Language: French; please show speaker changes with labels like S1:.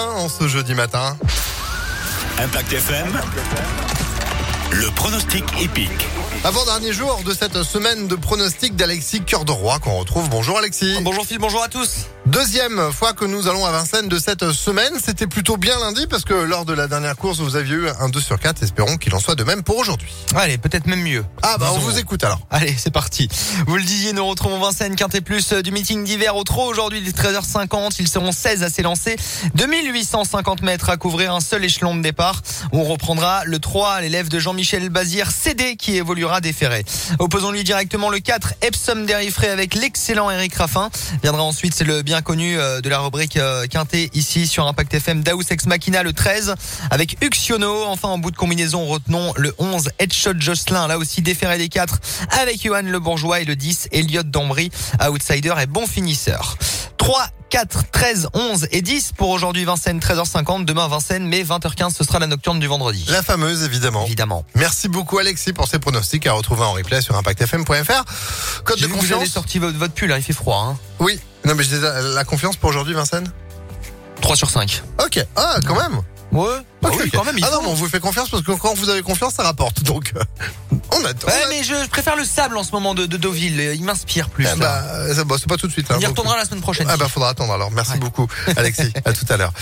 S1: en ce jeudi matin.
S2: Impact FM, le pronostic épique.
S1: Avant-dernier jour de cette semaine de pronostic d'Alexis Cœur de Roi qu'on retrouve. Bonjour Alexis.
S3: Ah, Bonjour Phil, bonjour à tous.
S1: Deuxième fois que nous allons à Vincennes de cette semaine. C'était plutôt bien lundi parce que lors de la dernière course, vous aviez eu un 2 sur 4. Espérons qu'il en soit de même pour aujourd'hui.
S3: Allez, peut-être même mieux.
S1: Ah bah on
S3: Disons.
S1: vous écoute alors.
S3: Allez, c'est parti. Vous le disiez, nous retrouvons Vincennes Quintet Plus euh, du meeting d'hiver au trot aujourd'hui, il est 13h50. Ils seront 16 à s'élancer. 2850 mètres à couvrir un seul échelon de départ. On reprendra le 3, l'élève de Jean-Michel Bazir, CD, qui évoluera des ferrets. Opposons-lui directement le 4, Epsom Derifré avec l'excellent Eric Raffin. Viendra ensuite, c'est le bien connu euh, de la rubrique euh, Quintet ici sur Impact FM, Daous Ex Machina le 13 avec Uxiono. Enfin, en bout de combinaison, retenons le 11, Headshot Jocelyn. Là aussi, déféré des 4 avec Johan Le Bourgeois et le 10, Elliot Dombry, outsider et bon finisseur. 3, 4, 13, 11 et 10 pour aujourd'hui Vincennes, 13h50. Demain Vincennes, mais 20h15, ce sera la nocturne du vendredi.
S1: La fameuse évidemment.
S3: Évidemment.
S1: Merci beaucoup Alexis pour ces pronostics à retrouver en replay sur impactfm.fr. Code de
S3: J'ai vu que vous avez
S1: confiance.
S3: sorti votre, votre pull, hein, il fait froid. Hein.
S1: Oui. Non mais je disais la confiance pour aujourd'hui Vincennes.
S3: 3 sur 5.
S1: Ok. Ah quand même.
S3: Ouais, bah
S1: Ok,
S3: oui,
S1: ok.
S3: quand même. il
S1: Ah non,
S3: faut.
S1: mais on vous fait confiance parce que quand vous avez confiance, ça rapporte. Donc, euh, on attend.
S3: Ouais, mais je, je préfère le sable en ce moment de, de Deauville. Il m'inspire plus.
S1: Eh
S3: là.
S1: bah, euh, ça- bon, c'est pas tout de suite. là.
S3: On y
S1: Donc, bah,
S3: retournera la semaine prochaine.
S1: Ah bah faudra attendre alors. Merci
S3: Ouais.
S1: beaucoup Alexis. à tout à l'heure.